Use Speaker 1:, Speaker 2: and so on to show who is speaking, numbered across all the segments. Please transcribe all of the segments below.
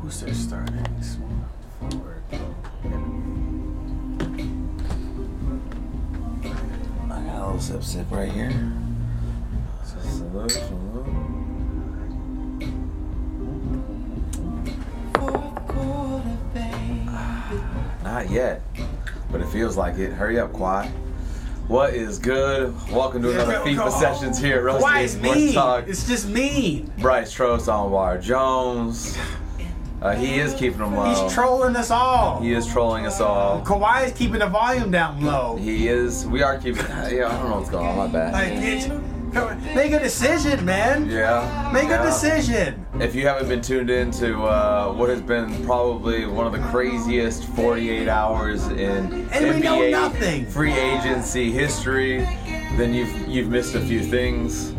Speaker 1: Who's their starting forward? I got a little sip sip right here.
Speaker 2: Salute, salute. Not yet, but it feels like it. Hurry up, Quad. What is good? Welcome to another
Speaker 1: Yeah, come
Speaker 2: FIFA
Speaker 1: on.
Speaker 2: Sessions here at Roasted
Speaker 1: Why it's
Speaker 2: Sports
Speaker 1: me?
Speaker 2: Talk.
Speaker 1: It's just me.
Speaker 2: Bryce Trost on Wire Jones. Uh, he is keeping them low.
Speaker 1: He's trolling us all.
Speaker 2: he is trolling us all.
Speaker 1: Kawhi is keeping the volume down low.
Speaker 2: He is. We are keeping. Yeah, I don't know what's going on. My
Speaker 1: Like,
Speaker 2: bad.
Speaker 1: it's, make a decision, man.
Speaker 2: Yeah.
Speaker 1: Make
Speaker 2: yeah.
Speaker 1: a decision.
Speaker 2: If you haven't been tuned in to uh, what has been probably one of the craziest 48 hours in
Speaker 1: And we
Speaker 2: NBA
Speaker 1: know nothing.
Speaker 2: free agency history, then you've you've missed a few things.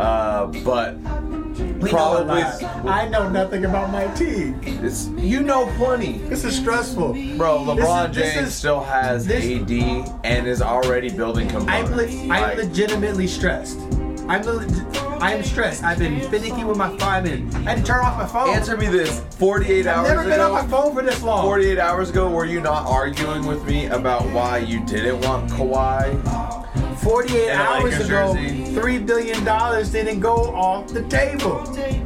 Speaker 2: Uh, but
Speaker 1: We know
Speaker 2: Probably-
Speaker 1: a lot. I know nothing about my team.
Speaker 2: it's you know plenty,
Speaker 1: This is stressful.
Speaker 2: bro. LeBron
Speaker 1: This is- this
Speaker 2: James
Speaker 1: is-
Speaker 2: still has
Speaker 1: this-
Speaker 2: AD and is already building
Speaker 1: I'm,
Speaker 2: components.
Speaker 1: le-
Speaker 2: Like,
Speaker 1: I'm legitimately stressed. I'm le- I'm stressed. I've been finicky with my phone. I mean, I had to turn off my phone.
Speaker 2: answer me this: 48
Speaker 1: I've
Speaker 2: hours
Speaker 1: never been
Speaker 2: ago,
Speaker 1: on my phone for this long.
Speaker 2: 48 hours ago, were you not arguing with me about why you didn't want Kawhi?
Speaker 1: 48
Speaker 2: In a
Speaker 1: hours
Speaker 2: Lakers
Speaker 1: ago,
Speaker 2: jersey.
Speaker 1: three billion dollars didn't go off the table.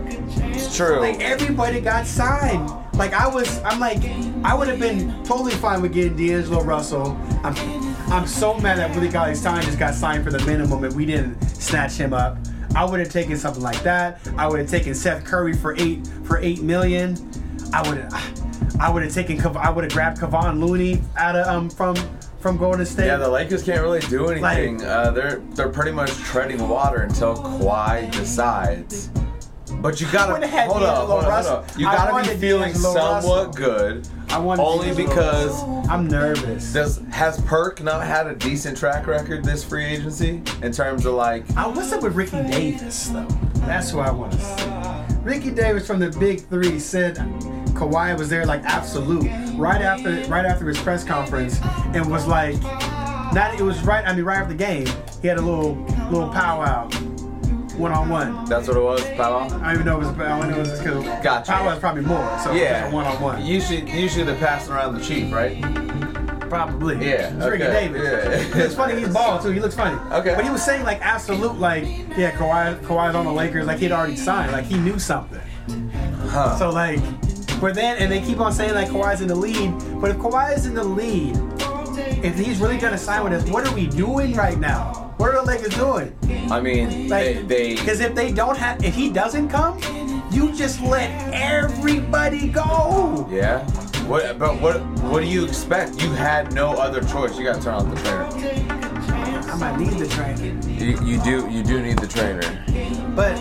Speaker 2: It's true.
Speaker 1: Like everybody got signed. Like I was, I'm like, I would have been totally fine with getting D'Angelo Russell. I'm, I'm so mad that Willie Colley Stein just got signed for the minimum and we didn't snatch him up. I would have taken something like that. I would have taken Seth Curry for eight for eight million. I would have, I would have taken, Kav- I would have grabbed Kevon Looney out of um from from Golden State.
Speaker 2: Yeah, the Lakers can't really do anything. uh, they're they're pretty much treading water until Kawhi decides. But you
Speaker 1: I
Speaker 2: gotta
Speaker 1: would've had
Speaker 2: hold up,
Speaker 1: D'Angelo
Speaker 2: hold up, hold up.
Speaker 1: Russell.
Speaker 2: You
Speaker 1: I
Speaker 2: gotta be
Speaker 1: wanted
Speaker 2: feeling
Speaker 1: D'Angelo
Speaker 2: somewhat
Speaker 1: Russell.
Speaker 2: good.
Speaker 1: I wanted
Speaker 2: only
Speaker 1: D'Angelo
Speaker 2: because
Speaker 1: I'm nervous.
Speaker 2: does has Perk not had a decent track record this free agency in terms of like
Speaker 1: I, what's up with Ricky Davis though? That's who I want to see. Ricky Davis from the Big Three said Kawhi was there like absolute right after right after his press conference and was like, not it was right. I mean right after the game, he had a little little powwow, one on one.
Speaker 2: that's what it was, pal?
Speaker 1: I don't even know if it was I don't know if it was because
Speaker 2: Gotcha.
Speaker 1: powwow is probably more. So
Speaker 2: Yeah,
Speaker 1: one on one.
Speaker 2: Usually, usually they're passing around the cheek, right?
Speaker 1: Probably.
Speaker 2: Yeah,
Speaker 1: It's Ricky
Speaker 2: okay,
Speaker 1: Davis.
Speaker 2: yeah.
Speaker 1: It's funny. He's bald too. He looks funny.
Speaker 2: Okay.
Speaker 1: But he was saying like absolute like yeah, Kawhi Kawhi's on the Lakers. Like he'd already signed. Like he knew something.
Speaker 2: Huh.
Speaker 1: So like, but then and they keep on saying like Kawhi's in the lead. But if Kawhi is in the lead, if he's really gonna sign with us, what are we doing right now? What are the Lakers doing?
Speaker 2: I mean,
Speaker 1: Like,
Speaker 2: they they
Speaker 1: because if they don't have, if he doesn't come, you just let everybody go.
Speaker 2: Yeah. What? But what? What do you expect? You had no other choice. You got to turn off the trainer.
Speaker 1: I might need the trainer.
Speaker 2: You, you do. You do need the trainer.
Speaker 1: But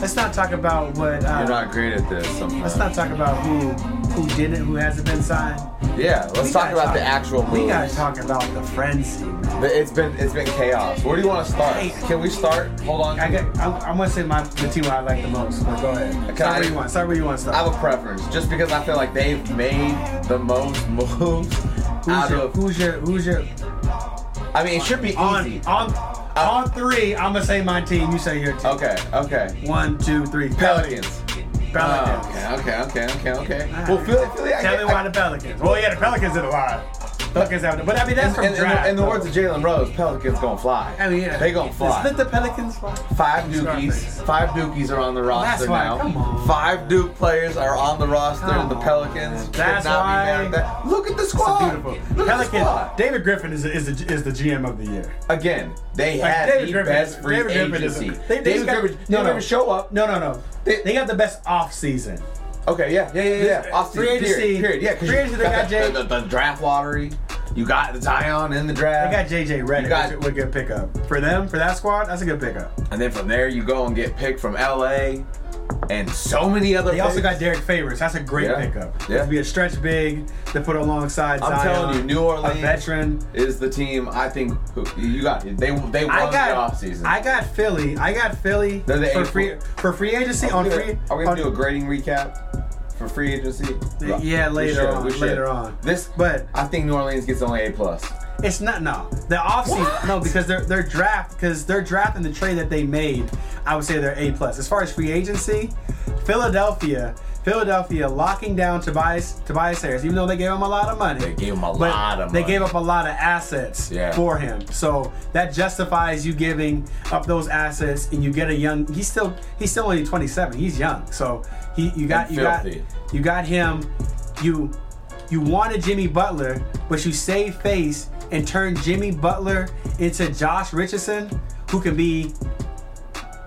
Speaker 1: let's not talk about what. Uh,
Speaker 2: You're not great at this. Sometimes.
Speaker 1: Let's not talk about who who did it, who hasn't been signed.
Speaker 2: yeah. Let's
Speaker 1: We
Speaker 2: talk
Speaker 1: gotta
Speaker 2: about the actual moves.
Speaker 1: We gotta talk about the frenzy, man.
Speaker 2: But It's been it's been chaos. Where do you want to start?
Speaker 1: Chaos.
Speaker 2: Can we start? Hold on.
Speaker 1: I got, I'm, I'm gonna say my the team I like the most, but go ahead.
Speaker 2: Okay,
Speaker 1: Start
Speaker 2: I-
Speaker 1: where you want. Start where you want. to
Speaker 2: I
Speaker 1: Start.
Speaker 2: have a preference, just because I feel like they've made the most moves
Speaker 1: Who's
Speaker 2: out
Speaker 1: your,
Speaker 2: of.
Speaker 1: who's your who's your
Speaker 2: I mean, it should be
Speaker 1: on
Speaker 2: easy. Uh,
Speaker 1: on on three? I'm gonna say my team. You say your team.
Speaker 2: Okay. Okay.
Speaker 1: One, two, three.
Speaker 2: Pelicans.
Speaker 1: Pelicans.
Speaker 2: Oh, okay. Okay. Okay. Okay.
Speaker 1: All
Speaker 2: Well,
Speaker 1: right.
Speaker 2: Philly. Philly. I
Speaker 1: Tell
Speaker 2: get-
Speaker 1: me
Speaker 2: I-
Speaker 1: why the Pelicans. Well, yeah, the Pelicans did a lot. Pelicans have, but I mean that's from
Speaker 2: in, in
Speaker 1: draft.
Speaker 2: the, in the
Speaker 1: though.
Speaker 2: words of Jalen Rose, Pelicans gonna fly.
Speaker 1: I mean, yeah.
Speaker 2: They gonna fly.
Speaker 1: Let the Pelicans fly.
Speaker 2: Five
Speaker 1: Scarface.
Speaker 2: Dukies. Five Dukies are on the roster
Speaker 1: That's why,
Speaker 2: now.
Speaker 1: come on.
Speaker 2: Five Duke players are on the roster.
Speaker 1: Come
Speaker 2: the
Speaker 1: on.
Speaker 2: Pelicans could
Speaker 1: That's
Speaker 2: not be mad
Speaker 1: why-
Speaker 2: at that. Look at the
Speaker 1: It's a
Speaker 2: squad.
Speaker 1: beautiful.
Speaker 2: Look at the
Speaker 1: Pelican.
Speaker 2: squad.
Speaker 1: David Griffin is, is, the, is the GM of the year.
Speaker 2: Again, they
Speaker 1: Like,
Speaker 2: had
Speaker 1: David
Speaker 2: the
Speaker 1: Griffin-
Speaker 2: best free
Speaker 1: David Griffin is a-
Speaker 2: agency.
Speaker 1: they- they
Speaker 2: David
Speaker 1: got-
Speaker 2: Griffin,
Speaker 1: no, no.
Speaker 2: they never show up.
Speaker 1: No, no, no.
Speaker 2: They-
Speaker 1: They, got the best off season.
Speaker 2: Okay, yeah, yeah, yeah, yeah.
Speaker 1: This-
Speaker 2: Off
Speaker 1: free agency-
Speaker 2: period. Yeah, 'cause
Speaker 1: free
Speaker 2: you
Speaker 1: agency, they got
Speaker 2: the-
Speaker 1: Jay-
Speaker 2: the, the draft lottery. You got the Zion in the draft.
Speaker 1: They got JJ Redick,
Speaker 2: You got-
Speaker 1: which would good pickup for them for that squad. That's a good pickup.
Speaker 2: and then from there you go and get picked from LA and so many other
Speaker 1: They also
Speaker 2: picks.
Speaker 1: got Derek Favors. That's a great
Speaker 2: Yeah.
Speaker 1: pickup.
Speaker 2: Yeah.
Speaker 1: To be a stretch big to put alongside
Speaker 2: I'm
Speaker 1: Zion,
Speaker 2: telling you, New Orleans-
Speaker 1: a veteran.
Speaker 2: is the team I think who, you got. They they won
Speaker 1: I got,
Speaker 2: the offseason.
Speaker 1: I got Philly. I got Philly
Speaker 2: They're the
Speaker 1: for
Speaker 2: eighth-
Speaker 1: free for free agency
Speaker 2: are
Speaker 1: on
Speaker 2: we
Speaker 1: free.
Speaker 2: gonna, are we gonna
Speaker 1: on-
Speaker 2: do a grading recap for free agency?
Speaker 1: Yeah, yeah,
Speaker 2: We
Speaker 1: later
Speaker 2: should,
Speaker 1: on,
Speaker 2: we should.
Speaker 1: later on.
Speaker 2: This,
Speaker 1: But-
Speaker 2: I think New Orleans gets only A plus.
Speaker 1: It's not no. The offseason no because their their draft because their draft and the trade that they made, I would say they're A plus. As far as free agency, Philadelphia Philadelphia locking down Tobias Tobias Harris, even though they gave him a lot of money.
Speaker 2: They gave him a
Speaker 1: but
Speaker 2: lot of
Speaker 1: They
Speaker 2: money.
Speaker 1: gave up a lot of assets
Speaker 2: Yeah.
Speaker 1: for him. So that justifies you giving up those assets and you get a young he's still he's still only 27. He's young. So he you got
Speaker 2: And
Speaker 1: you got
Speaker 2: filthy.
Speaker 1: you got him you you wanted Jimmy Butler, but you save face and turn Jimmy Butler into Josh Richardson, who can be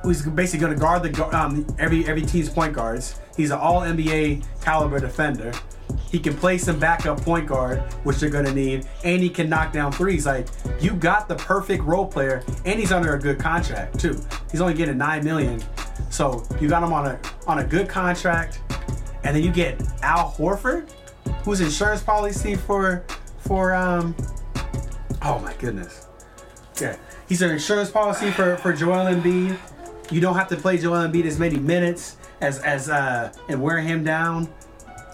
Speaker 1: who's basically going to guard the gu- um, every every team's point guards. He's an All NBA caliber defender. He can play some backup point guard, which you're going to need, and he can knock down threes. Like you got the perfect role player, and he's under a good contract too. He's only getting nine million, so you got him on a on a good contract, and then you get Al Horford, whose insurance policy for for um oh my goodness. Yeah, he's an insurance policy for for Joel Embiid. You don't have to play Joel Embiid as many minutes as as uh and wear him down.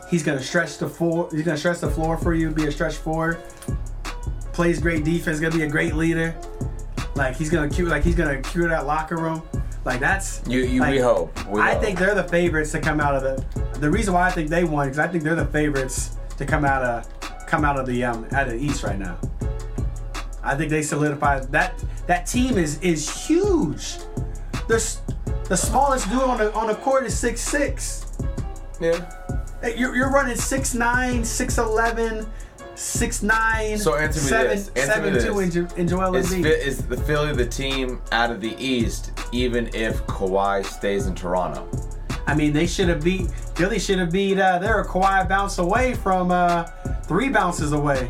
Speaker 1: He's gonna stretch the floor. He's gonna stretch the floor for you. Be a stretch forward. Plays great defense. Gonna be a great leader. Like he's gonna cure. Like he's gonna cure that locker room. Like that's
Speaker 2: You- you-
Speaker 1: like,
Speaker 2: we hope. We
Speaker 1: I
Speaker 2: hope.
Speaker 1: think they're the favorites to come out of the. The reason why I think they won because I think they're the favorites to come out of come out of the um out of the East right now. I think they solidified that that team is is huge. There's the smallest dude on the on the court is six six.
Speaker 2: Yeah.
Speaker 1: You're, you're running 6'9", 6'11", 6'9",
Speaker 2: So answer me
Speaker 1: seven-
Speaker 2: this. Answer me
Speaker 1: 7'2"
Speaker 2: this.
Speaker 1: in, Jo- in Joel
Speaker 2: Is,
Speaker 1: Embiid.
Speaker 2: Phil- is the Philly the team out of the East, even if Kawhi stays in Toronto?
Speaker 1: I mean, they should have beat. Philly should have beat. Uh, they're a Kawhi bounce away from uh, three bounces away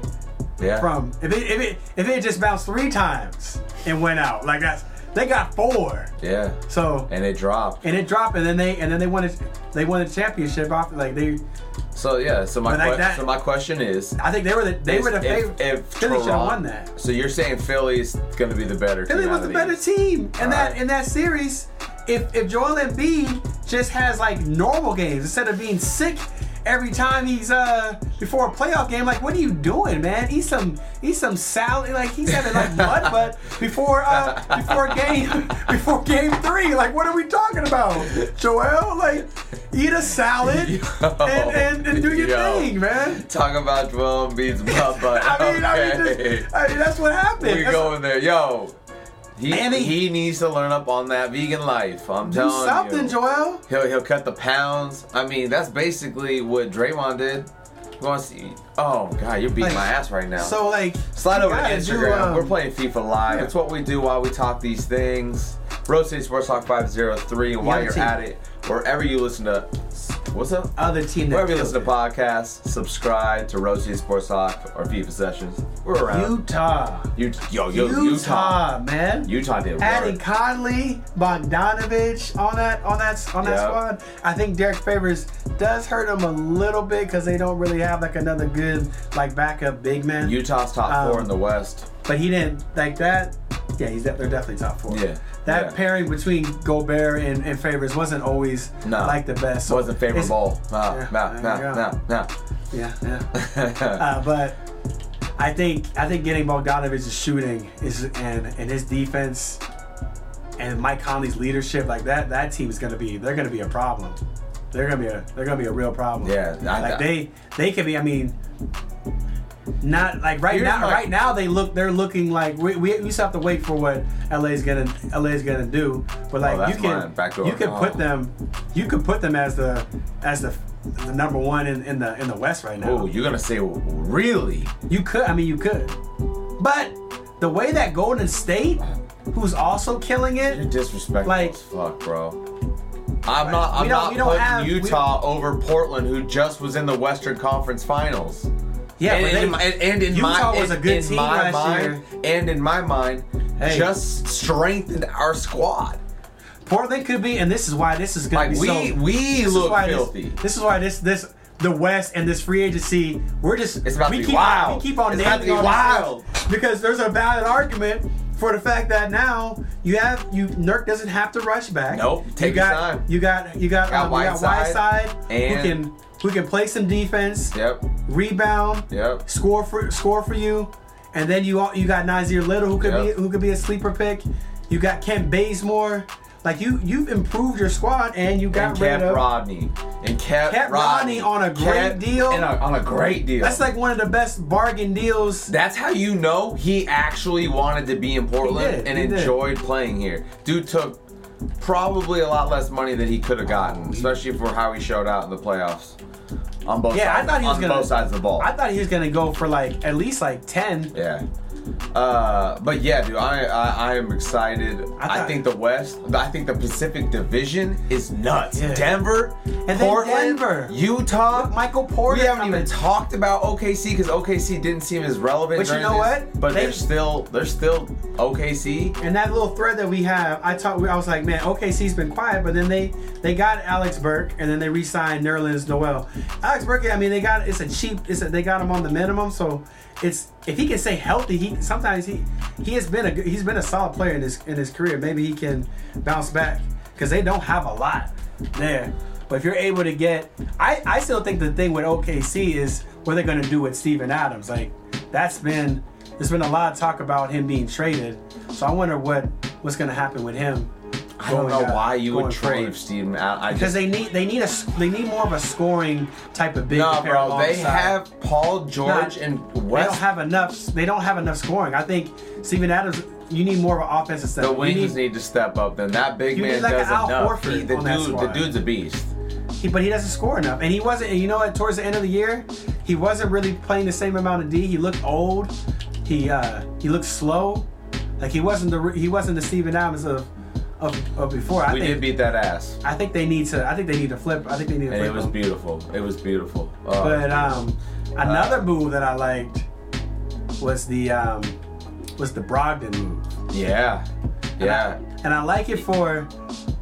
Speaker 2: Yeah.
Speaker 1: from. If it if it if it just bounced three times and went out like that's they got four.
Speaker 2: Yeah.
Speaker 1: So
Speaker 2: And they dropped.
Speaker 1: and it dropped, and then they and then they won it. They won the championship off like they.
Speaker 2: So yeah. So my
Speaker 1: But like
Speaker 2: que-
Speaker 1: that-
Speaker 2: so my question is,
Speaker 1: I think they were the they were the
Speaker 2: if-
Speaker 1: favorite.
Speaker 2: if
Speaker 1: Philly should have
Speaker 2: Toron-
Speaker 1: won that.
Speaker 2: So you're saying Philly's going to be the better
Speaker 1: Philly
Speaker 2: team?
Speaker 1: was the
Speaker 2: out of
Speaker 1: better
Speaker 2: East?
Speaker 1: team in that
Speaker 2: Alright.
Speaker 1: in that series. If if Joel Embiid just has like normal games instead of being sick every time he's uh before a playoff game, like what are you doing, man? Eat some eat some salad. Like he's having like mud butt before uh before game before game three. Like what are we talking about, Joel? Like eat a salad
Speaker 2: Yo.
Speaker 1: and, and, and do your
Speaker 2: Oh, Yo.
Speaker 1: thing, man.
Speaker 2: Talk about Joel Embiid's butt, but
Speaker 1: I mean, I mean,
Speaker 2: okay.
Speaker 1: just, I mean, that's what happened.
Speaker 2: we
Speaker 1: That's-
Speaker 2: going there, yo. He,
Speaker 1: And he-
Speaker 2: he, needs to learn up on that vegan life. I'm
Speaker 1: do
Speaker 2: telling
Speaker 1: something,
Speaker 2: you.
Speaker 1: Joel.
Speaker 2: He'll he'll cut the pounds. I mean, that's basically what Draymond did. We're Going to see. Oh god, you're beating
Speaker 1: Like,
Speaker 2: my ass right now.
Speaker 1: So like,
Speaker 2: slide
Speaker 1: you
Speaker 2: over to
Speaker 1: gotta do,
Speaker 2: Instagram.
Speaker 1: um,
Speaker 2: We're playing FIFA live.
Speaker 1: yeah.
Speaker 2: It's what we do while we talk these things. Road City Sports Talk 503. And while
Speaker 1: Young
Speaker 2: you're
Speaker 1: team.
Speaker 2: at it, wherever you listen to, what's up?
Speaker 1: other team. that
Speaker 2: Wherever you
Speaker 1: killed
Speaker 2: listen to
Speaker 1: it.
Speaker 2: podcasts, subscribe to Road City Sports Talk or FIFA Sessions. We're around.
Speaker 1: Utah.
Speaker 2: You, yo, yo,
Speaker 1: Utah,
Speaker 2: Utah.
Speaker 1: man.
Speaker 2: Utah did
Speaker 1: Adding
Speaker 2: work.
Speaker 1: Conley, Bogdanovich on that on that on that
Speaker 2: Yeah.
Speaker 1: squad. I think Derek Favors does hurt them a little bit because they don't really have like another good like backup big man.
Speaker 2: Utah's top
Speaker 1: Um,
Speaker 2: four in the West.
Speaker 1: but he didn't like that. Yeah, he's de- they're definitely top four.
Speaker 2: Yeah,
Speaker 1: That
Speaker 2: yeah.
Speaker 1: pairing between Gobert and, and Favors wasn't always
Speaker 2: No.
Speaker 1: like the best. So
Speaker 2: Wasn't
Speaker 1: it's-
Speaker 2: favorable. No,
Speaker 1: Yeah,
Speaker 2: no,
Speaker 1: there you
Speaker 2: no, no,
Speaker 1: Yeah, yeah.
Speaker 2: no.
Speaker 1: Uh, but I think I think getting Bogdanovich's shooting is and and his defense and Mike Conley's leadership like that that team is gonna be they're gonna be a problem. They're gonna be a they're gonna be a real problem.
Speaker 2: Yeah, I-
Speaker 1: like they they could be. I mean, not like right
Speaker 2: Here's
Speaker 1: now.
Speaker 2: my-
Speaker 1: right now they look they're looking like we, we, we still have to wait for what LA's gonna LA's gonna do. But like
Speaker 2: Oh, that's
Speaker 1: you can
Speaker 2: mine. Backdoor.
Speaker 1: you can
Speaker 2: Oh.
Speaker 1: put them you could put them as the as the, the number one in, in the in the West right now.
Speaker 2: Oh, you're gonna say really?
Speaker 1: You could, I mean, you could. But the way that Golden State, who's also killing
Speaker 2: You're
Speaker 1: it,
Speaker 2: disrespectful
Speaker 1: Like-
Speaker 2: as fuck, bro. I'm not. I'm
Speaker 1: We don't-
Speaker 2: not
Speaker 1: we don't
Speaker 2: putting
Speaker 1: have- we-
Speaker 2: Utah over Portland, who just was in the Western Conference Finals.
Speaker 1: yeah,
Speaker 2: and,
Speaker 1: but they,
Speaker 2: in my, and, and in
Speaker 1: Utah
Speaker 2: my,
Speaker 1: was a
Speaker 2: and
Speaker 1: good
Speaker 2: in
Speaker 1: team
Speaker 2: my
Speaker 1: last year.
Speaker 2: mind, and in my mind,
Speaker 1: Hey.
Speaker 2: just strengthened our squad.
Speaker 1: Portland could be, and this is why this is gonna
Speaker 2: Like
Speaker 1: be
Speaker 2: we
Speaker 1: so.
Speaker 2: we
Speaker 1: this is
Speaker 2: look
Speaker 1: why
Speaker 2: filthy.
Speaker 1: This, this is why this this the West and this free agency. We're just
Speaker 2: It's about
Speaker 1: we
Speaker 2: to be
Speaker 1: keep,
Speaker 2: wild.
Speaker 1: We keep on
Speaker 2: It's about
Speaker 1: naming
Speaker 2: to be
Speaker 1: all these
Speaker 2: wild.
Speaker 1: things because there's a valid argument. For the fact that now you have you Nurk doesn't have to rush back.
Speaker 2: Nope,
Speaker 1: you
Speaker 2: take your
Speaker 1: got,
Speaker 2: time.
Speaker 1: You got you got
Speaker 2: Got
Speaker 1: um, you got
Speaker 2: Whiteside
Speaker 1: Whiteside
Speaker 2: and-
Speaker 1: who can who can play some defense.
Speaker 2: yep.
Speaker 1: rebound,
Speaker 2: Yep.
Speaker 1: score for score for you, and then you all, you got Nazir Little who could
Speaker 2: Yep.
Speaker 1: be who could be a sleeper pick. You got Kent Bazemore Like you, you've improved your squad and you got
Speaker 2: and
Speaker 1: rid
Speaker 2: kept
Speaker 1: of.
Speaker 2: Rodney and kept,
Speaker 1: Kept Rodney on a great
Speaker 2: Kept-
Speaker 1: deal.
Speaker 2: and a- on a great deal.
Speaker 1: That's like one of the best bargain deals.
Speaker 2: That's how you know he actually wanted to be in Portland
Speaker 1: did,
Speaker 2: and
Speaker 1: he did.
Speaker 2: enjoyed playing here. Dude took probably a lot less money than he could have gotten, especially for how he showed out in the playoffs. On both
Speaker 1: yeah, I
Speaker 2: sides,
Speaker 1: thought he was
Speaker 2: on
Speaker 1: gonna
Speaker 2: both sides of the ball.
Speaker 1: I thought he was gonna go for like at least like ten.
Speaker 2: yeah. Uh, but yeah, dude, I I, I am excited. I,
Speaker 1: thought-
Speaker 2: think the West, I think the Pacific Division is nuts.
Speaker 1: Yeah.
Speaker 2: Denver,
Speaker 1: then
Speaker 2: Portland,
Speaker 1: Denver.
Speaker 2: Utah,
Speaker 1: Michael Porter
Speaker 2: We haven't
Speaker 1: coming.
Speaker 2: even talked about OKC because OKC didn't seem as relevant.
Speaker 1: But you
Speaker 2: during
Speaker 1: know
Speaker 2: this,
Speaker 1: what?
Speaker 2: But
Speaker 1: They-
Speaker 2: they, are still they're still OKC.
Speaker 1: And that little thread that we have, I talked. I was like, man, OKC's been quiet, but then they they got Alex Burke, and then they re-signed Nerlens Noel. Alex Burke, I mean, they got it's a cheap. It's a, they got him on the minimum, so it's if he can stay healthy, he sometimes he he has been a good- he's been a solid player in his in his career. Maybe he can bounce back because they don't have a lot there. But if you're able to get, I I still think the thing with OKC is what they're gonna do with Steven Adams, like. That's been there's been a lot of talk about him being traded. So I wonder what what's gonna happen with him.
Speaker 2: I don't know why you would trade
Speaker 1: trade
Speaker 2: Steven. I, I
Speaker 1: because
Speaker 2: just
Speaker 1: they need they need a s- they need more of a scoring type of big.
Speaker 2: no,
Speaker 1: pair
Speaker 2: bro. They
Speaker 1: alongside.
Speaker 2: have Paul George
Speaker 1: Not-
Speaker 2: and
Speaker 1: they
Speaker 2: West.
Speaker 1: don't have enough they don't have enough scoring. I think Steven Adams you need more of an offensive set.
Speaker 2: the wings need, to step up. Then that big
Speaker 1: you need
Speaker 2: man
Speaker 1: like an
Speaker 2: does
Speaker 1: Al
Speaker 2: enough.
Speaker 1: Horford
Speaker 2: He- the
Speaker 1: on that
Speaker 2: dude, the
Speaker 1: squad.
Speaker 2: dude's a beast.
Speaker 1: he, but he doesn't score enough. And he wasn't, and you know what, towards the end of the year, he wasn't really playing the same amount of D. He looked old. He uh he looked slow. Like he wasn't the re- he wasn't the Steven Adams of of, of before. I
Speaker 2: we
Speaker 1: think
Speaker 2: did beat that ass,
Speaker 1: I think they need to I think they need to flip. I think they need to
Speaker 2: and
Speaker 1: flip.
Speaker 2: it was
Speaker 1: him.
Speaker 2: beautiful. It was beautiful. Uh,
Speaker 1: But um another move that I liked was the um was the Brogdon move.
Speaker 2: yeah, yeah.
Speaker 1: And I like it for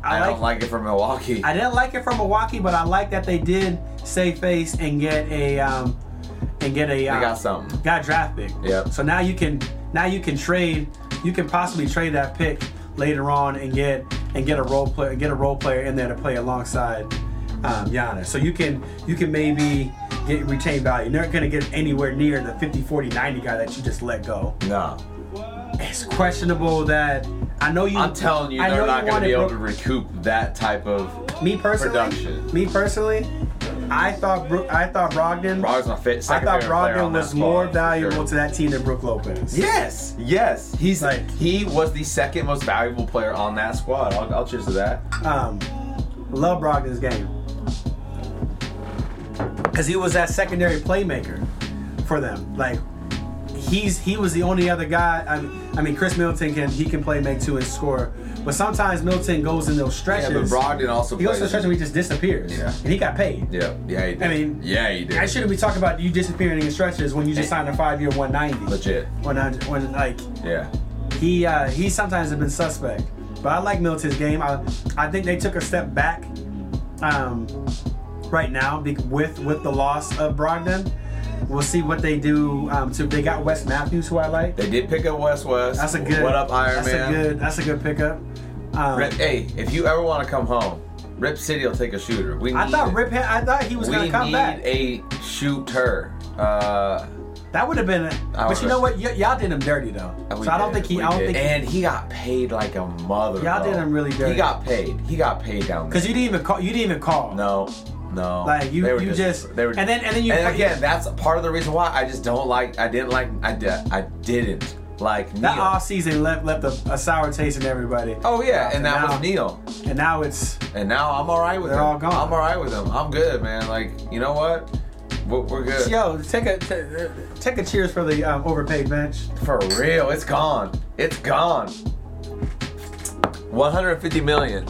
Speaker 2: I,
Speaker 1: I, like
Speaker 2: don't like it for Milwaukee.
Speaker 1: I didn't like it from Milwaukee, but I like that they did save face and get a um, and get a um,
Speaker 2: they got something.
Speaker 1: got a draft pick.
Speaker 2: Yep.
Speaker 1: So now you can now you can trade you can possibly trade that pick later on and get and get a role player get a role player in there to play alongside um, Giannis. So you can you can maybe get retain value. You're not gonna get anywhere near the 50, 40, 90 guy that you just let go.
Speaker 2: No.
Speaker 1: It's questionable that I know you
Speaker 2: I'm telling you,
Speaker 1: I know
Speaker 2: they're not going to
Speaker 1: wanted
Speaker 2: be able
Speaker 1: Brook-
Speaker 2: to recoup that type of.
Speaker 1: Me personally,
Speaker 2: Production.
Speaker 1: me personally, I thought Bro- I thought Brogdon,
Speaker 2: Brogdon's my fit.
Speaker 1: I
Speaker 2: second
Speaker 1: thought
Speaker 2: favorite player
Speaker 1: Brogdon
Speaker 2: on that
Speaker 1: was
Speaker 2: squad,
Speaker 1: more
Speaker 2: for
Speaker 1: valuable
Speaker 2: sure.
Speaker 1: to that team than Brooke Lopez.
Speaker 2: Yes, yes, he's
Speaker 1: Like-
Speaker 2: he was the second most valuable player on that squad. I'll, I'll cheers to that.
Speaker 1: Um, love Brogdon's game because he was that secondary playmaker for them. Like he's he was the only other guy. I, I mean, Chris Milton can he can play make two and score, but sometimes Milton goes in those
Speaker 2: Yeah,
Speaker 1: stretches.
Speaker 2: but Brogdon also
Speaker 1: he goes
Speaker 2: plays.
Speaker 1: to the stretch where he just disappears.
Speaker 2: Yeah.
Speaker 1: and he got paid.
Speaker 2: yeah, yeah, he did.
Speaker 1: I mean,
Speaker 2: yeah, he did.
Speaker 1: I shouldn't be talking about you disappearing in stretches when you just signed a five-year 190.
Speaker 2: Legit.
Speaker 1: 100, when like
Speaker 2: yeah,
Speaker 1: he uh, he sometimes has been suspect, but I like Milton's game. I I think they took a step back, um, right now be- with with the loss of Brogdon. We'll see what they do. Um, to they got Wes Matthews, who I like.
Speaker 2: they did pick up West West.
Speaker 1: That's a good.
Speaker 2: What up, Iron
Speaker 1: that's
Speaker 2: Man?
Speaker 1: A good, that's a good pickup. Um,
Speaker 2: Rip, hey, if you ever want to come home, Rip City will take a shooter. We need,
Speaker 1: I thought Rip. I thought he was
Speaker 2: we
Speaker 1: gonna come
Speaker 2: need
Speaker 1: back.
Speaker 2: a shooter. Uh,
Speaker 1: that would have been. but you
Speaker 2: would've-
Speaker 1: know what? Y- y'all did him dirty though.
Speaker 2: We
Speaker 1: So I don't
Speaker 2: did,
Speaker 1: think he.
Speaker 2: we
Speaker 1: I don't
Speaker 2: did.
Speaker 1: think.
Speaker 2: and he got paid like a mother.
Speaker 1: Y'all
Speaker 2: bro.
Speaker 1: did him really
Speaker 2: He
Speaker 1: dirty.
Speaker 2: got paid. He got paid down there.
Speaker 1: Cause you didn't even call. You didn't even call.
Speaker 2: no, no.
Speaker 1: Like, you-
Speaker 2: They were
Speaker 1: you just-
Speaker 2: they were,
Speaker 1: and then- and then you-
Speaker 2: And again, that's part of the reason why I just don't like. I didn't like. I did. I didn't like Neil.
Speaker 1: That off season left left a, a sour taste in everybody.
Speaker 2: uh, oh yeah,
Speaker 1: And
Speaker 2: and that
Speaker 1: now-
Speaker 2: was Neil.
Speaker 1: And now it's
Speaker 2: And now I'm all right with
Speaker 1: They're
Speaker 2: him.
Speaker 1: all gone.
Speaker 2: I'm all right with him. I'm good, man. Like you know what? We're, we're good.
Speaker 1: yo take a t- take a cheers for the um, overpaid bench.
Speaker 2: For real, it's gone. It's gone. 150 million.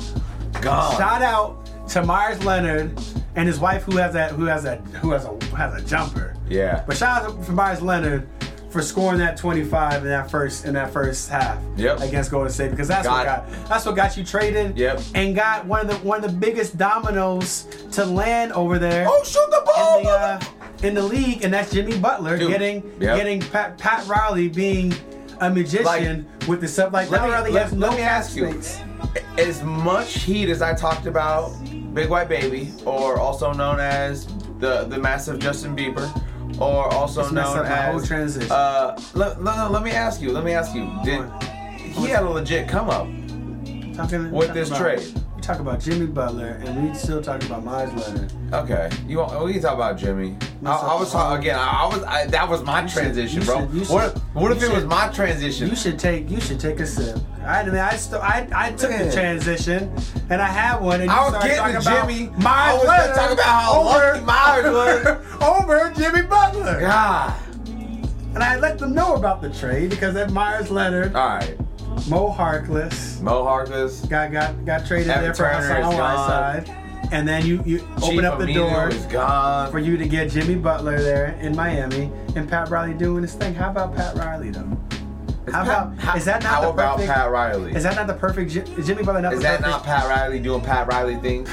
Speaker 2: Gone.
Speaker 1: Shout out to Myers Leonard and his wife who has that who has that who has a has a jumper.
Speaker 2: Yeah.
Speaker 1: But shout out to Myers Leonard for scoring that 25 in that first in that first half
Speaker 2: Yep.
Speaker 1: against Golden State because that's what
Speaker 2: Got-
Speaker 1: got that's what got you traded.
Speaker 2: Yep.
Speaker 1: And got one of the one of the biggest dominoes to land over there.
Speaker 2: Oh, shoot the ball!
Speaker 1: in the, uh, in the league, and that's Jimmy Butler
Speaker 2: Dude,
Speaker 1: getting
Speaker 2: yep.
Speaker 1: getting Pat, Pat Riley being a magician with the sub. Like
Speaker 2: Let
Speaker 1: Pat
Speaker 2: me-
Speaker 1: Riley
Speaker 2: let-
Speaker 1: has no
Speaker 2: let me ask you.
Speaker 1: space.
Speaker 2: as much heat as I talked about Big White Baby, or also known as the the massive Justin Bieber, or also
Speaker 1: This messed
Speaker 2: known
Speaker 1: up my
Speaker 2: as
Speaker 1: whole transition.
Speaker 2: Uh, let, let, let me ask you. Let me ask you. Did he had a legit come up?
Speaker 1: Talking we
Speaker 2: With
Speaker 1: talk
Speaker 2: this
Speaker 1: about-
Speaker 2: trade.
Speaker 1: we talk about Jimmy Butler, and we still talking about Miles Leonard.
Speaker 2: Okay, you want, we can talk about Jimmy. I,
Speaker 1: Let's
Speaker 2: I was
Speaker 1: talk-
Speaker 2: talking again. I, I was I, that was my
Speaker 1: You should-
Speaker 2: transition,
Speaker 1: you
Speaker 2: bro.
Speaker 1: should- you
Speaker 2: what
Speaker 1: should-
Speaker 2: what if
Speaker 1: you
Speaker 2: it was
Speaker 1: should-
Speaker 2: my transition?
Speaker 1: You should take you should take a sip. I mean, I still I, I took the
Speaker 2: Man.
Speaker 1: transition, and I had one. And you
Speaker 2: I was
Speaker 1: started
Speaker 2: getting to
Speaker 1: talking
Speaker 2: Jimmy.
Speaker 1: About Miles
Speaker 2: I was gonna
Speaker 1: Leonard
Speaker 2: talk about how lucky Myers was.
Speaker 1: over Jimmy Butler.
Speaker 2: God.
Speaker 1: And I let them know about the trade because that Myers Leonard,
Speaker 2: All right,
Speaker 1: Mo Harkless,
Speaker 2: Mo Harkless.
Speaker 1: got got got traded
Speaker 2: Evan
Speaker 1: there for
Speaker 2: Turner
Speaker 1: outside
Speaker 2: is
Speaker 1: on my
Speaker 2: gone.
Speaker 1: side, and then you you
Speaker 2: Chief
Speaker 1: open up the
Speaker 2: Aminu
Speaker 1: door
Speaker 2: is gone.
Speaker 1: for you to get Jimmy Butler there in Miami and Pat Riley doing his thing. How about Pat Riley though?
Speaker 2: Is
Speaker 1: How
Speaker 2: Pat-
Speaker 1: about is that not
Speaker 2: how
Speaker 1: the
Speaker 2: about
Speaker 1: perfect,
Speaker 2: Pat Riley?
Speaker 1: Is that not the perfect Ji- is Jimmy Butler? Not
Speaker 2: Is
Speaker 1: the
Speaker 2: that
Speaker 1: perfect,
Speaker 2: not Pat Riley doing Pat Riley things?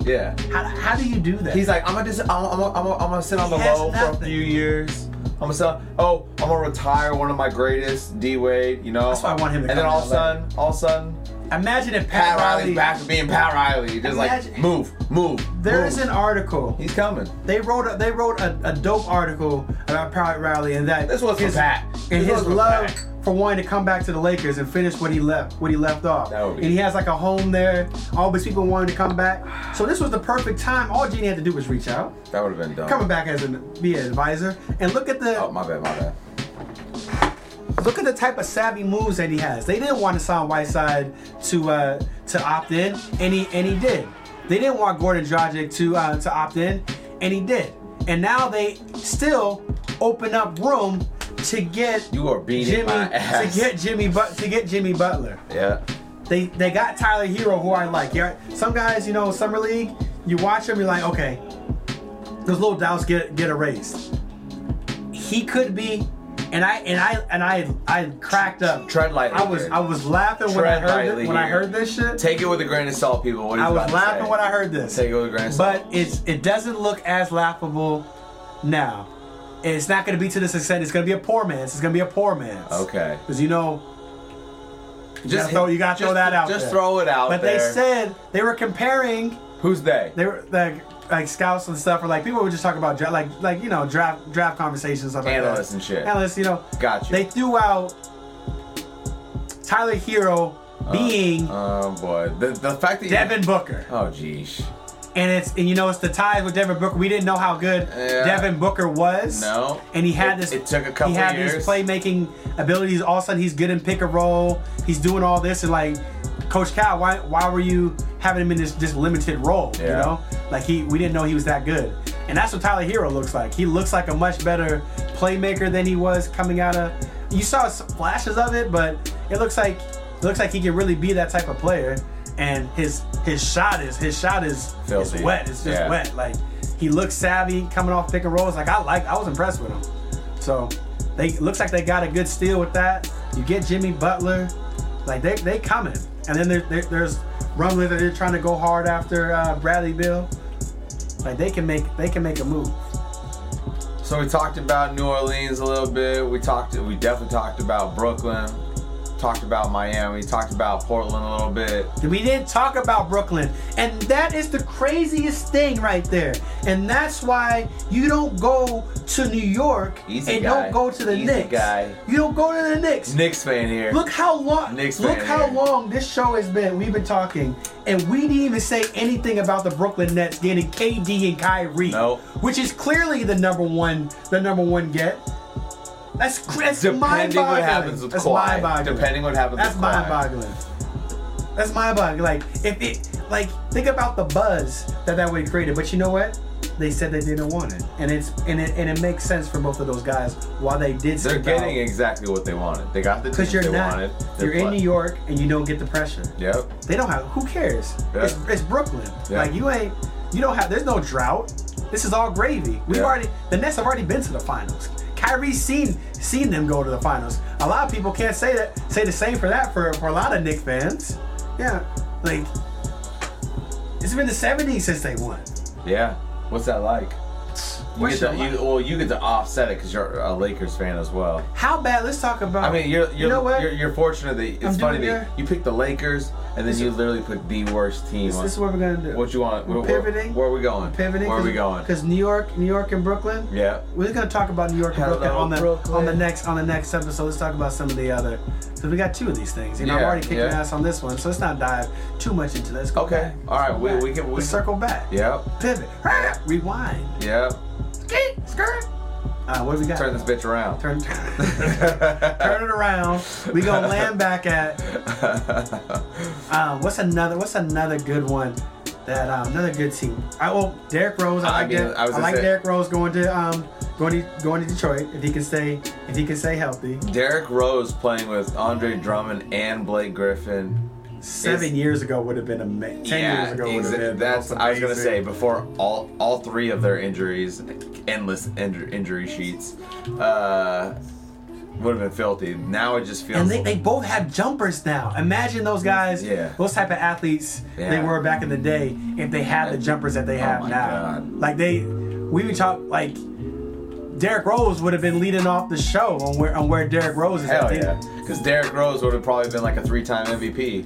Speaker 2: Yeah.
Speaker 1: How, how do you do that?
Speaker 2: He's like, I'm gonna, just, I'm, I'm, I'm, I'm gonna sit on the
Speaker 1: He has
Speaker 2: low for a
Speaker 1: nothing.
Speaker 2: few years. I'm gonna, sit, oh, I'm gonna retire one of my greatest, D Wade. You know.
Speaker 1: That's why I want him to
Speaker 2: And then
Speaker 1: come
Speaker 2: all
Speaker 1: to
Speaker 2: of a sudden, all of a sudden,
Speaker 1: imagine if Pat,
Speaker 2: Pat Riley's back to being Pat Riley. Just like
Speaker 1: Imagine-
Speaker 2: move, move.
Speaker 1: There
Speaker 2: move.
Speaker 1: is an article.
Speaker 2: He's coming.
Speaker 1: They wrote a, they wrote a, a dope article about Pat Riley and that
Speaker 2: This was for
Speaker 1: his,
Speaker 2: Pat.
Speaker 1: and
Speaker 2: This
Speaker 1: his
Speaker 2: was for
Speaker 1: love
Speaker 2: Pat.
Speaker 1: for wanting to come back to the Lakers and finish what he left what he left off.
Speaker 2: That would be-
Speaker 1: and he has like a home there. All these people wanting to come back. So this was the perfect time. All Genie had to do was reach out,
Speaker 2: That would have been dumb.
Speaker 1: coming back as an be an advisor, and look at the
Speaker 2: Oh my bad, my bad.
Speaker 1: Look at the type of savvy moves that he has. They didn't want to sign Whiteside to uh, to opt in, and he and he did. They didn't want Gordon Dragic to uh, to opt in, and he did. And now they still open up room to get
Speaker 2: You are beating
Speaker 1: Jimmy
Speaker 2: my
Speaker 1: to
Speaker 2: ass.
Speaker 1: get Jimmy but to get Jimmy Butler.
Speaker 2: Yeah.
Speaker 1: They they got Tyler Hero, who I like. Yeah, some guys, you know, summer league, you watch him, you're like, okay, those little doubts get get erased. He could be, and I and I and I I cracked up.
Speaker 2: Tread lightly
Speaker 1: I was
Speaker 2: here.
Speaker 1: I was laughing when I
Speaker 2: Tread
Speaker 1: heard
Speaker 2: lightly
Speaker 1: thi- when I
Speaker 2: here.
Speaker 1: heard this shit.
Speaker 2: Take it with a grain of salt, people. What he's
Speaker 1: I
Speaker 2: about
Speaker 1: was
Speaker 2: to
Speaker 1: laughing
Speaker 2: say.
Speaker 1: when I heard this.
Speaker 2: Take it with a grain of salt.
Speaker 1: But it's it doesn't look as laughable now. And It's not going to be to this extent. It's going to be a poor man's. It's going to be a poor man's.
Speaker 2: Okay.
Speaker 1: Because you know, you gotta throw, you gotta
Speaker 2: just-
Speaker 1: throw that out.
Speaker 2: Just
Speaker 1: there.
Speaker 2: throw it out
Speaker 1: But
Speaker 2: there.
Speaker 1: they said they were comparing.
Speaker 2: Who's they?
Speaker 1: They were like like scouts and stuff, or like people were just talking about dra- like like you know draft draft conversations, stuff like
Speaker 2: Analysts
Speaker 1: that.
Speaker 2: and shit.
Speaker 1: Analysts, you know.
Speaker 2: Got you.
Speaker 1: They threw out Tyler Hero
Speaker 2: Uh,
Speaker 1: being
Speaker 2: oh boy. The, the fact that
Speaker 1: Devin
Speaker 2: You,
Speaker 1: Booker,
Speaker 2: oh jeez.
Speaker 1: and it's and you know it's the ties with Devin Booker. We didn't know how good
Speaker 2: Yeah.
Speaker 1: Devin Booker was.
Speaker 2: No.
Speaker 1: And he had
Speaker 2: It-
Speaker 1: this.
Speaker 2: it took a couple
Speaker 1: He had
Speaker 2: years.
Speaker 1: these playmaking abilities. All of a sudden, he's good in pick and roll. He's doing all this, and like, Coach Cal, why why were you having him in this this limited role? You
Speaker 2: Yeah.
Speaker 1: know, like he we didn't know he was that good. And that's what Tyler Hero looks like. He looks like a much better playmaker than he was coming out of. You saw s- flashes of it, but it looks like it looks like he can really be that type of player. And his his shot is his shot is it's
Speaker 2: Filthy.
Speaker 1: wet. It's just
Speaker 2: Yeah.
Speaker 1: wet. Like he looks savvy coming off pick and rolls. Like I like I was impressed with him. So they looks like they got a good steal with that. You get Jimmy Butler, like they they coming. And then there, there, there's rumblings that they're trying to go hard after uh, Bradley Bill. Like they can make they can make a move.
Speaker 2: So we talked about New Orleans a little bit. We talked. We definitely talked about Brooklyn. Talked about Miami. Talked about Portland a little bit.
Speaker 1: We didn't talk about Brooklyn. And that is the craziest thing right there. And that's why you don't go to New York
Speaker 2: Easy
Speaker 1: and
Speaker 2: guy.
Speaker 1: don't go to the
Speaker 2: Easy
Speaker 1: Knicks.
Speaker 2: guy.
Speaker 1: You don't go to the Knicks.
Speaker 2: Knicks fan here.
Speaker 1: Look how long.
Speaker 2: Knicks
Speaker 1: look
Speaker 2: fan
Speaker 1: how
Speaker 2: here.
Speaker 1: long this show has been. We've been talking, and we didn't even say anything about the Brooklyn Nets getting KD and Kyrie,
Speaker 2: Nope.
Speaker 1: which is clearly the number one, the number one get. That's cr- that's
Speaker 2: Depending
Speaker 1: mind-boggling.
Speaker 2: what happens with
Speaker 1: that's
Speaker 2: Kawhi.
Speaker 1: mind-boggling.
Speaker 2: Depending what happens
Speaker 1: That's
Speaker 2: with Kawhi.
Speaker 1: mind-boggling. That's mind-boggling. Like if it, like think about the buzz that that would have created. But you know what? They said they didn't want it, and it's and it and it makes sense for both of those guys why they did.
Speaker 2: They're
Speaker 1: skip out.
Speaker 2: getting exactly what they wanted. They got the team
Speaker 1: Because you're
Speaker 2: they
Speaker 1: not.
Speaker 2: wanted. They're
Speaker 1: You're in
Speaker 2: pla-
Speaker 1: New York and you don't get the pressure.
Speaker 2: Yep.
Speaker 1: They don't have. Who cares?
Speaker 2: Yeah.
Speaker 1: It's, it's Brooklyn.
Speaker 2: Yeah.
Speaker 1: Like you ain't. You don't have. There's no drought. This is all gravy. We've
Speaker 2: Yeah.
Speaker 1: already. The Nets have already been to the finals. Kyrie's seen seen them go to the finals. A lot of people can't say that. Say the same for that for for a lot of Knicks fans. Yeah. Like. It's been the 70s since they won.
Speaker 2: Yeah. What's that like? You
Speaker 1: What's
Speaker 2: get to,
Speaker 1: your-
Speaker 2: you, well, you get to offset it because you're a Lakers fan as well.
Speaker 1: How bad? Let's talk about.
Speaker 2: I mean, you're you're
Speaker 1: Oh. you know what?
Speaker 2: you're, you're fortunate that it's
Speaker 1: I'm
Speaker 2: funny
Speaker 1: doing
Speaker 2: that
Speaker 1: here.
Speaker 2: you picked the Lakers and then
Speaker 1: This
Speaker 2: you
Speaker 1: is-
Speaker 2: literally put the worst team.
Speaker 1: this,
Speaker 2: on.
Speaker 1: this is what we're gonna do.
Speaker 2: what you want?
Speaker 1: We're
Speaker 2: Where- where-
Speaker 1: pivoting.
Speaker 2: Where, are we going?
Speaker 1: pivoting?
Speaker 2: Where are we going?
Speaker 1: Because New York, New York, and Brooklyn.
Speaker 2: Yeah.
Speaker 1: We're gonna talk about New York and
Speaker 2: Hello,
Speaker 1: Brooklyn on the
Speaker 2: Brooklyn.
Speaker 1: on the next on the next episode. Let's talk about some of the other because we got two of these things. You know, I'm
Speaker 2: Yeah,
Speaker 1: already kicking
Speaker 2: yeah.
Speaker 1: ass on this one, so let's not dive too much into this. Go
Speaker 2: Okay.
Speaker 1: back.
Speaker 2: All right.
Speaker 1: Go
Speaker 2: We,
Speaker 1: back.
Speaker 2: we can. We
Speaker 1: Let's circle back.
Speaker 2: Yep.
Speaker 1: Pivot. Rewind.
Speaker 2: Yep.
Speaker 1: Skate. Skirt. Uh, what do we got?
Speaker 2: Turn this bitch around.
Speaker 1: Turn. turn it around. We gonna land back at. Um, what's another? What's another good one? That um, another good team. I well, Derrick Rose. I
Speaker 2: I
Speaker 1: like
Speaker 2: mean,
Speaker 1: that. I,
Speaker 2: I was gonna
Speaker 1: like
Speaker 2: say-
Speaker 1: Derrick Rose going to um going to going to Detroit if he can stay if he can stay healthy.
Speaker 2: Derrick Rose playing with Andre Drummond and Blake Griffin.
Speaker 1: Seven
Speaker 2: It's-
Speaker 1: years ago would have been amazing. Ten years ago would have
Speaker 2: exa-
Speaker 1: been.
Speaker 2: That's I was gonna
Speaker 1: amazing.
Speaker 2: say before all all three of their injuries, endless inj- injury sheets, uh, would have been filthy. Now it just feels.
Speaker 1: And they, they both have jumpers now. Imagine those guys,
Speaker 2: Yeah.
Speaker 1: those type of athletes they
Speaker 2: Yeah. Oh
Speaker 1: were back in the day if they had the jumpers that they have
Speaker 2: my
Speaker 1: now.
Speaker 2: God.
Speaker 1: Like they, we would talk like Derrick Rose would have been leading off the show on where on where Derrick Rose is.
Speaker 2: Hell
Speaker 1: at.
Speaker 2: yeah! Because Derrick Rose would have probably been like a three-time MVP.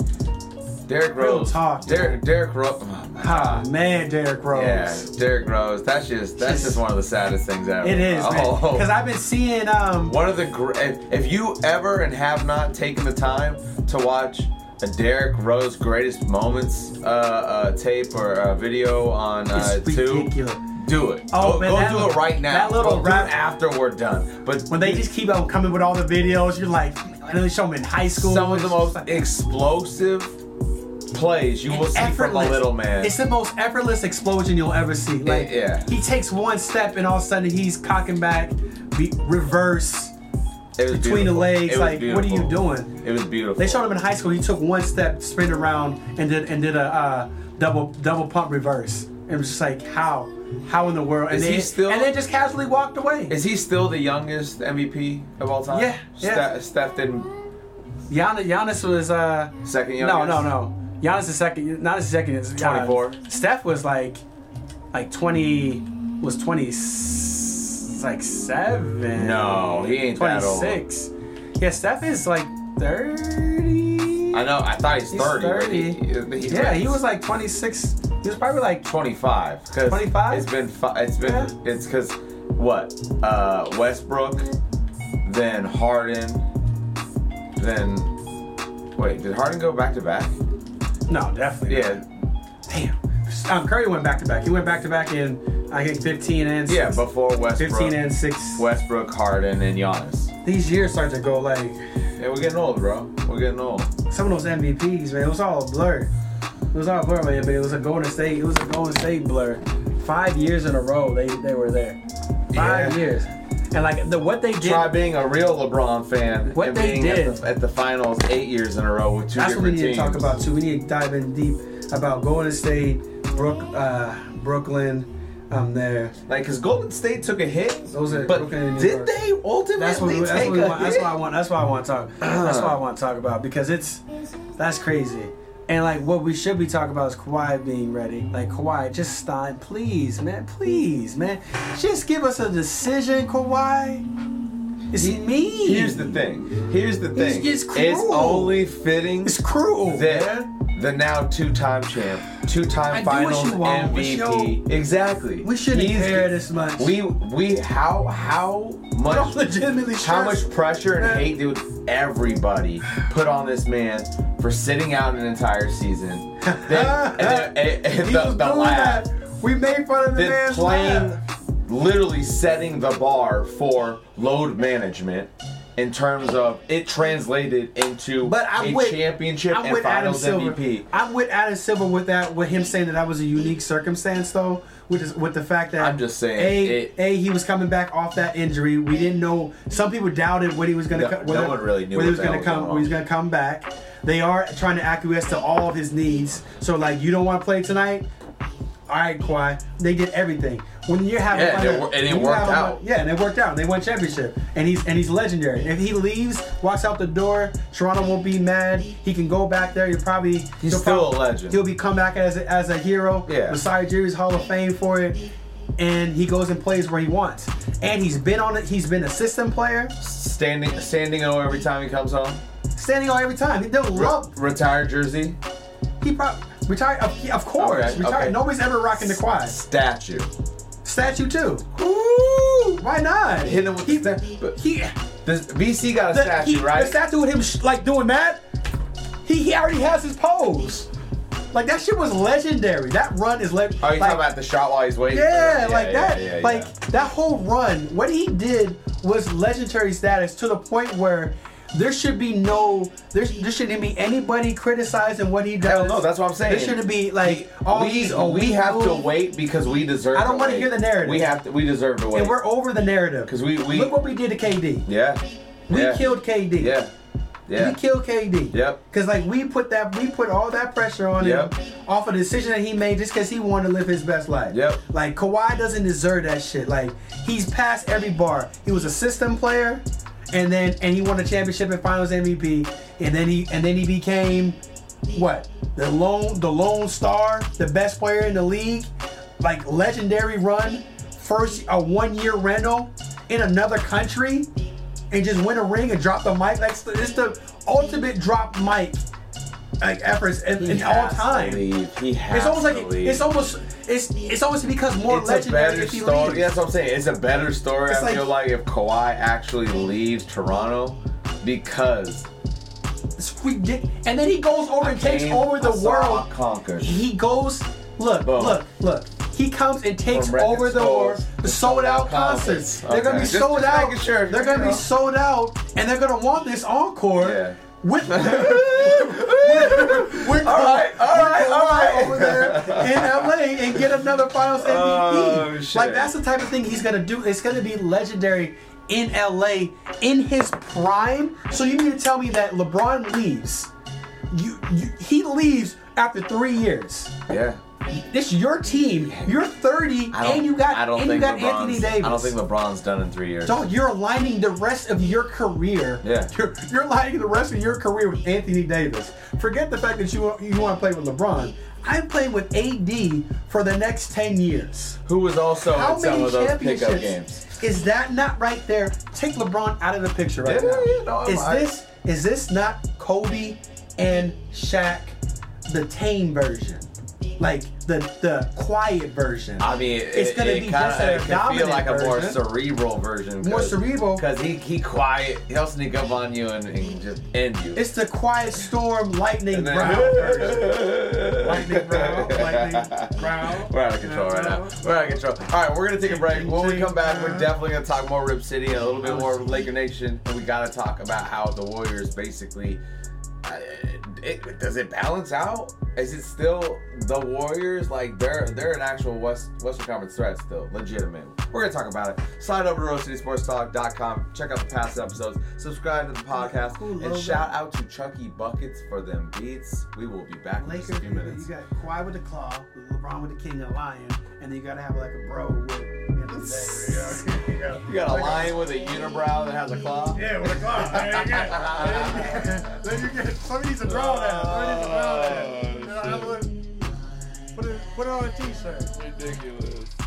Speaker 2: Derrick
Speaker 1: Real
Speaker 2: Rose.
Speaker 1: talk,
Speaker 2: Derrick Derrick Rose.
Speaker 1: Ah man, Derrick Rose.
Speaker 2: Yeah, Derrick Rose. That's just that's just one of the saddest things ever.
Speaker 1: It is, man.
Speaker 2: Oh.
Speaker 1: Because I've been seeing um
Speaker 2: One of the gr- if, if you ever and have not taken the time to watch a Derrick Rose greatest moments uh, uh, tape or uh, video on uh,
Speaker 1: It's
Speaker 2: two,
Speaker 1: ridiculous.
Speaker 2: do it.
Speaker 1: Oh,
Speaker 2: go
Speaker 1: man,
Speaker 2: go
Speaker 1: that
Speaker 2: do
Speaker 1: little-
Speaker 2: it right now.
Speaker 1: that little
Speaker 2: Go do it
Speaker 1: rap-
Speaker 2: after we're done. But
Speaker 1: when they just keep on coming with all the videos, you're like, I know they show them in high school.
Speaker 2: some of
Speaker 1: It's
Speaker 2: the
Speaker 1: just
Speaker 2: most
Speaker 1: like-
Speaker 2: explosive plays you will
Speaker 1: It's
Speaker 2: see from a little man.
Speaker 1: It's the most effortless explosion you'll ever see. Like,
Speaker 2: yeah.
Speaker 1: he takes one step and all of a sudden he's cocking back, be, reverse
Speaker 2: It was
Speaker 1: between the
Speaker 2: beautiful.
Speaker 1: legs.
Speaker 2: It was
Speaker 1: Like, what are you
Speaker 2: beautiful.
Speaker 1: doing?
Speaker 2: It was beautiful.
Speaker 1: They showed him in high school. He took one step, spin around, and did and did a uh, double double pump reverse. It was just like, how, how in the world? And
Speaker 2: Is
Speaker 1: then,
Speaker 2: he still-
Speaker 1: And then just casually walked away.
Speaker 2: Is he still the youngest MVP of all time?
Speaker 1: Yeah, yeah.
Speaker 2: Ste- Steph didn't
Speaker 1: Giannis, Giannis was uh,
Speaker 2: second
Speaker 1: no,
Speaker 2: youngest.
Speaker 1: no, no. Giannis is second. Not his second. It's
Speaker 2: 24.
Speaker 1: Steph was like, like twenty was twenty, s- like seven.
Speaker 2: No, he ain't that old.
Speaker 1: Twenty-six. Yeah, Steph is like thirty.
Speaker 2: I know. I thought he's,
Speaker 1: He's
Speaker 2: 30. but
Speaker 1: 30.
Speaker 2: he- he's
Speaker 1: yeah,
Speaker 2: like
Speaker 1: he was like twenty-six. He was probably like
Speaker 2: 25. 'cause
Speaker 1: 25?
Speaker 2: It's been. Fi- it's been.
Speaker 1: Yeah.
Speaker 2: It's because what? Uh, Westbrook, then Harden, then wait. Did Harden go back to back?
Speaker 1: no, definitely. not.
Speaker 2: Yeah.
Speaker 1: Damn. Um, Curry went back to back. He went back to back in I think fifteen and
Speaker 2: Yeah.
Speaker 1: six.
Speaker 2: Before Westbrook.
Speaker 1: fifteen and six.
Speaker 2: Westbrook, Harden, and Giannis.
Speaker 1: These years start to go like.
Speaker 2: Yeah, we're getting old, bro. We're getting old.
Speaker 1: some of those MVPs, man, it was all a blur. It was all a blur, man, but it was a Golden State. It was a Golden State blur. Five years in a row, they they were there. Five
Speaker 2: Yeah.
Speaker 1: years, and like the what they did.
Speaker 2: Try being a real LeBron fan
Speaker 1: What
Speaker 2: and
Speaker 1: they
Speaker 2: being
Speaker 1: did-
Speaker 2: At, the, at the finals eight years in a row with two
Speaker 1: that's what we
Speaker 2: different
Speaker 1: need
Speaker 2: teams.
Speaker 1: to talk about too. We need to dive in deep about Golden State, Brook, uh, Brooklyn, um, there.
Speaker 2: Like, cause Golden State took a hit,
Speaker 1: Those are
Speaker 2: but
Speaker 1: Brooklyn and New
Speaker 2: did
Speaker 1: York.
Speaker 2: they ultimately
Speaker 1: That's what we, that's
Speaker 2: take
Speaker 1: what we
Speaker 2: a
Speaker 1: want.
Speaker 2: hit?
Speaker 1: That's why I want. That's why I want to talk. That's why I want to talk about because it's that's crazy. And like what we should be talking about is Kawhi being ready. Like Kawhi, just Stein, please, man, please, man, just give us a decision, Kawhi. It's mean.
Speaker 2: Here's the thing. Here's the thing.
Speaker 1: it's
Speaker 2: it's
Speaker 1: cruel.
Speaker 2: only fitting
Speaker 1: it's cruel.
Speaker 2: that the now two-time champ, two-time
Speaker 1: I do what
Speaker 2: Finals
Speaker 1: you want, but
Speaker 2: MVP. exactly.
Speaker 1: we shouldn't
Speaker 2: He's-
Speaker 1: care this much.
Speaker 2: We we how how
Speaker 1: I'm
Speaker 2: much
Speaker 1: legitimately
Speaker 2: how
Speaker 1: stressed.
Speaker 2: much pressure and
Speaker 1: Man.
Speaker 2: hate did everybody put on this man for sitting out an entire season? Then, and then, and- and
Speaker 1: He
Speaker 2: the,
Speaker 1: was
Speaker 2: the
Speaker 1: doing
Speaker 2: laugh.
Speaker 1: that. We made fun of the
Speaker 2: Then
Speaker 1: man's
Speaker 2: playing,
Speaker 1: laugh.
Speaker 2: literally setting the bar for load management in terms of it translated into
Speaker 1: But I'm
Speaker 2: a
Speaker 1: with-
Speaker 2: championship
Speaker 1: I'm
Speaker 2: and
Speaker 1: with Adam
Speaker 2: finals
Speaker 1: Silver.
Speaker 2: MVP.
Speaker 1: I'm with Adam Silver with that with him saying that that was a unique circumstance though, which is with the fact that
Speaker 2: I'm just saying,
Speaker 1: a
Speaker 2: it-
Speaker 1: a he was coming back off that injury. We didn't know. Some people doubted when he was going to
Speaker 2: No-
Speaker 1: come.
Speaker 2: no one really knew
Speaker 1: when he was
Speaker 2: what the
Speaker 1: gonna
Speaker 2: hell was
Speaker 1: come.
Speaker 2: going
Speaker 1: When he was
Speaker 2: on.
Speaker 1: going to come back. They are trying to acquiesce to all of his needs. So like, you don't want to play tonight. All right, Kawhi. They did everything. When you're having
Speaker 2: Yeah,
Speaker 1: fun
Speaker 2: and it
Speaker 1: at-
Speaker 2: wor- and it
Speaker 1: when you
Speaker 2: worked
Speaker 1: have a-
Speaker 2: out.
Speaker 1: Yeah, and it worked out. They won championship, and he's and he's legendary. If he leaves, walks out the door, Toronto won't be mad. He can go back there. You'll probably
Speaker 2: He's
Speaker 1: he'll
Speaker 2: still
Speaker 1: prob-
Speaker 2: a legend.
Speaker 1: He'll be come back as a, as a hero.
Speaker 2: Yeah.
Speaker 1: Masai Ujiri's Hall of Fame for it. and he goes and plays where he wants. And he's been on it. He's been a system player,
Speaker 2: Standing standing O every time he comes home.
Speaker 1: standing on every time. He don't
Speaker 2: Re-
Speaker 1: love.
Speaker 2: retired jersey.
Speaker 1: He probably retired. Of, of course,
Speaker 2: Okay,
Speaker 1: retired.
Speaker 2: okay.
Speaker 1: Nobody's ever rocking the quad.
Speaker 2: Statue.
Speaker 1: Statue too.
Speaker 2: Ooh!
Speaker 1: Why not?
Speaker 2: Hit him with
Speaker 1: he,
Speaker 2: the sta- but-
Speaker 1: He,
Speaker 2: This, BC got a
Speaker 1: the,
Speaker 2: statue,
Speaker 1: he-
Speaker 2: right?
Speaker 1: the statue with him sh- like doing that. He, he already has his pose. Like that shit was legendary. That run is legendary.
Speaker 2: oh, you talking about the shot while he's waiting?
Speaker 1: Yeah,
Speaker 2: for it?
Speaker 1: like that.
Speaker 2: yeah, yeah,
Speaker 1: like
Speaker 2: yeah.
Speaker 1: that whole run, what he did was legendary status to the point where there should be no, there, there shouldn't be anybody criticizing what he does.
Speaker 2: Hell no, that's what I'm saying.
Speaker 1: There shouldn't be like all
Speaker 2: we
Speaker 1: these.
Speaker 2: we have to
Speaker 1: illegal-
Speaker 2: wait because we deserve.
Speaker 1: I don't wanna
Speaker 2: wait.
Speaker 1: hear the narrative.
Speaker 2: We have to. We deserve to wait.
Speaker 1: and we're over the narrative.
Speaker 2: 'Cause we- we-
Speaker 1: look what we did to KD.
Speaker 2: yeah.
Speaker 1: We
Speaker 2: yeah.
Speaker 1: killed KD.
Speaker 2: Yeah. Yeah.
Speaker 1: We killed KD.
Speaker 2: Yep.
Speaker 1: Cause like we put that we put all that pressure on
Speaker 2: Yep.
Speaker 1: him off a decision that he made just cause he wanted to live his best life.
Speaker 2: Yep.
Speaker 1: Like Kawhi doesn't deserve that shit. Like he's past every bar. He was a system player, and then and he won a championship and Finals MVP, and then he and then he became what the lone the lone star, the best player in the league, like legendary run, first a one year rental in another country, and just win a ring and drop the mic. Like it's the, it's the ultimate drop mic like efforts in,
Speaker 2: He
Speaker 1: in all
Speaker 2: has to
Speaker 1: time.
Speaker 2: leave. He has
Speaker 1: It's almost like
Speaker 2: to
Speaker 1: it-
Speaker 2: leave.
Speaker 1: it's almost it's it's almost because more
Speaker 2: It's a
Speaker 1: legendary
Speaker 2: better
Speaker 1: if he
Speaker 2: story.
Speaker 1: leaves.
Speaker 2: That's what I'm saying. It's a better story.
Speaker 1: It's
Speaker 2: I
Speaker 1: like-
Speaker 2: feel like if Kawhi actually leaves Toronto because
Speaker 1: It's ridic- And then he goes over and takes
Speaker 2: came,
Speaker 1: over the
Speaker 2: I saw, I
Speaker 1: world.
Speaker 2: conquered.
Speaker 1: He goes, look,
Speaker 2: Boom.
Speaker 1: look, look. He comes and takes
Speaker 2: From record
Speaker 1: over the
Speaker 2: stores
Speaker 1: world. The
Speaker 2: to
Speaker 1: sold out
Speaker 2: sold-out
Speaker 1: concerts.
Speaker 2: concerts.
Speaker 1: They're gonna be
Speaker 2: Okay. Just-
Speaker 1: sold
Speaker 2: just
Speaker 1: out.
Speaker 2: making sure,
Speaker 1: They're
Speaker 2: you
Speaker 1: gonna be
Speaker 2: know.
Speaker 1: sold out, and they're gonna want this encore.
Speaker 2: Yeah.
Speaker 1: With, with, with
Speaker 2: All right, all
Speaker 1: with
Speaker 2: right, all
Speaker 1: Kawhi
Speaker 2: right.
Speaker 1: over there in LA and get another Finals MVP.
Speaker 2: Oh, shit.
Speaker 1: E. Like that's the type of thing he's gonna do. It's gonna be legendary in LA in his prime. So you mean to tell me that LeBron leaves? You, you he leaves after three years.
Speaker 2: yeah.
Speaker 1: This your team. You're 30
Speaker 2: I don't-
Speaker 1: and you got
Speaker 2: I don't
Speaker 1: and you
Speaker 2: think
Speaker 1: got
Speaker 2: LeBron's,
Speaker 1: Anthony Davis.
Speaker 2: I don't think LeBron's done in three years.
Speaker 1: Dog, you're aligning the rest of your career.
Speaker 2: Yeah.
Speaker 1: You're, you're aligning the rest of your career with Anthony Davis. Forget the fact that you want- you want to play with LeBron. I'm playing with AD for the next 10 years.
Speaker 2: Who was also
Speaker 1: How
Speaker 2: in some
Speaker 1: many
Speaker 2: of those pickup games?
Speaker 1: championships is that not right there? Take LeBron out of the picture right
Speaker 2: Yeah,
Speaker 1: now.
Speaker 2: yeah, no, I'm-
Speaker 1: is
Speaker 2: I-
Speaker 1: this is this not Kobe and Shaq, the tame version, like the the quiet version?
Speaker 2: I mean,
Speaker 1: it's
Speaker 2: it,
Speaker 1: gonna
Speaker 2: it
Speaker 1: be
Speaker 2: kinda,
Speaker 1: just a
Speaker 2: it can feel
Speaker 1: dominant
Speaker 2: like a more
Speaker 1: version.
Speaker 2: cerebral version.
Speaker 1: More cerebral.
Speaker 2: Because he he quiet, he'll sneak up on you and, and just end you.
Speaker 1: it's the quiet storm lightning
Speaker 2: and then-
Speaker 1: round version. Lightning round, lightning round.
Speaker 2: We're out of control right now. We're out of control. All right, we're gonna take a break. When we come back, we're definitely gonna talk more Rip City and a little bit more Laker Nation, and we gotta talk about how the Warriors basically. uh, It, does it balance out? Is it still the Warriors? Like they're they're an actual West Western Conference threat still, legitimate. We're gonna talk about it. Slide over to RoadCitySportsTalk.com. Check out the past episodes. Subscribe to the podcast
Speaker 1: Ooh,
Speaker 2: and
Speaker 1: logo.
Speaker 2: shout out to Chucky Buckets for them beats. We will be back in just
Speaker 1: Lakers,
Speaker 2: a few
Speaker 1: you
Speaker 2: minutes.
Speaker 1: got Kawhi with the claw, LeBron with the king of lion, and then you gotta have like a bro with. Anthony Davis.
Speaker 2: You got a lion with a unibrow that has a claw.
Speaker 1: Yeah, with a clock. There you go. There you go. There you go. Somebody needs to draw that. Somebody needs to draw that.
Speaker 3: Oh,
Speaker 1: I would- Put it, put it on a t-shirt.
Speaker 3: Ridiculous.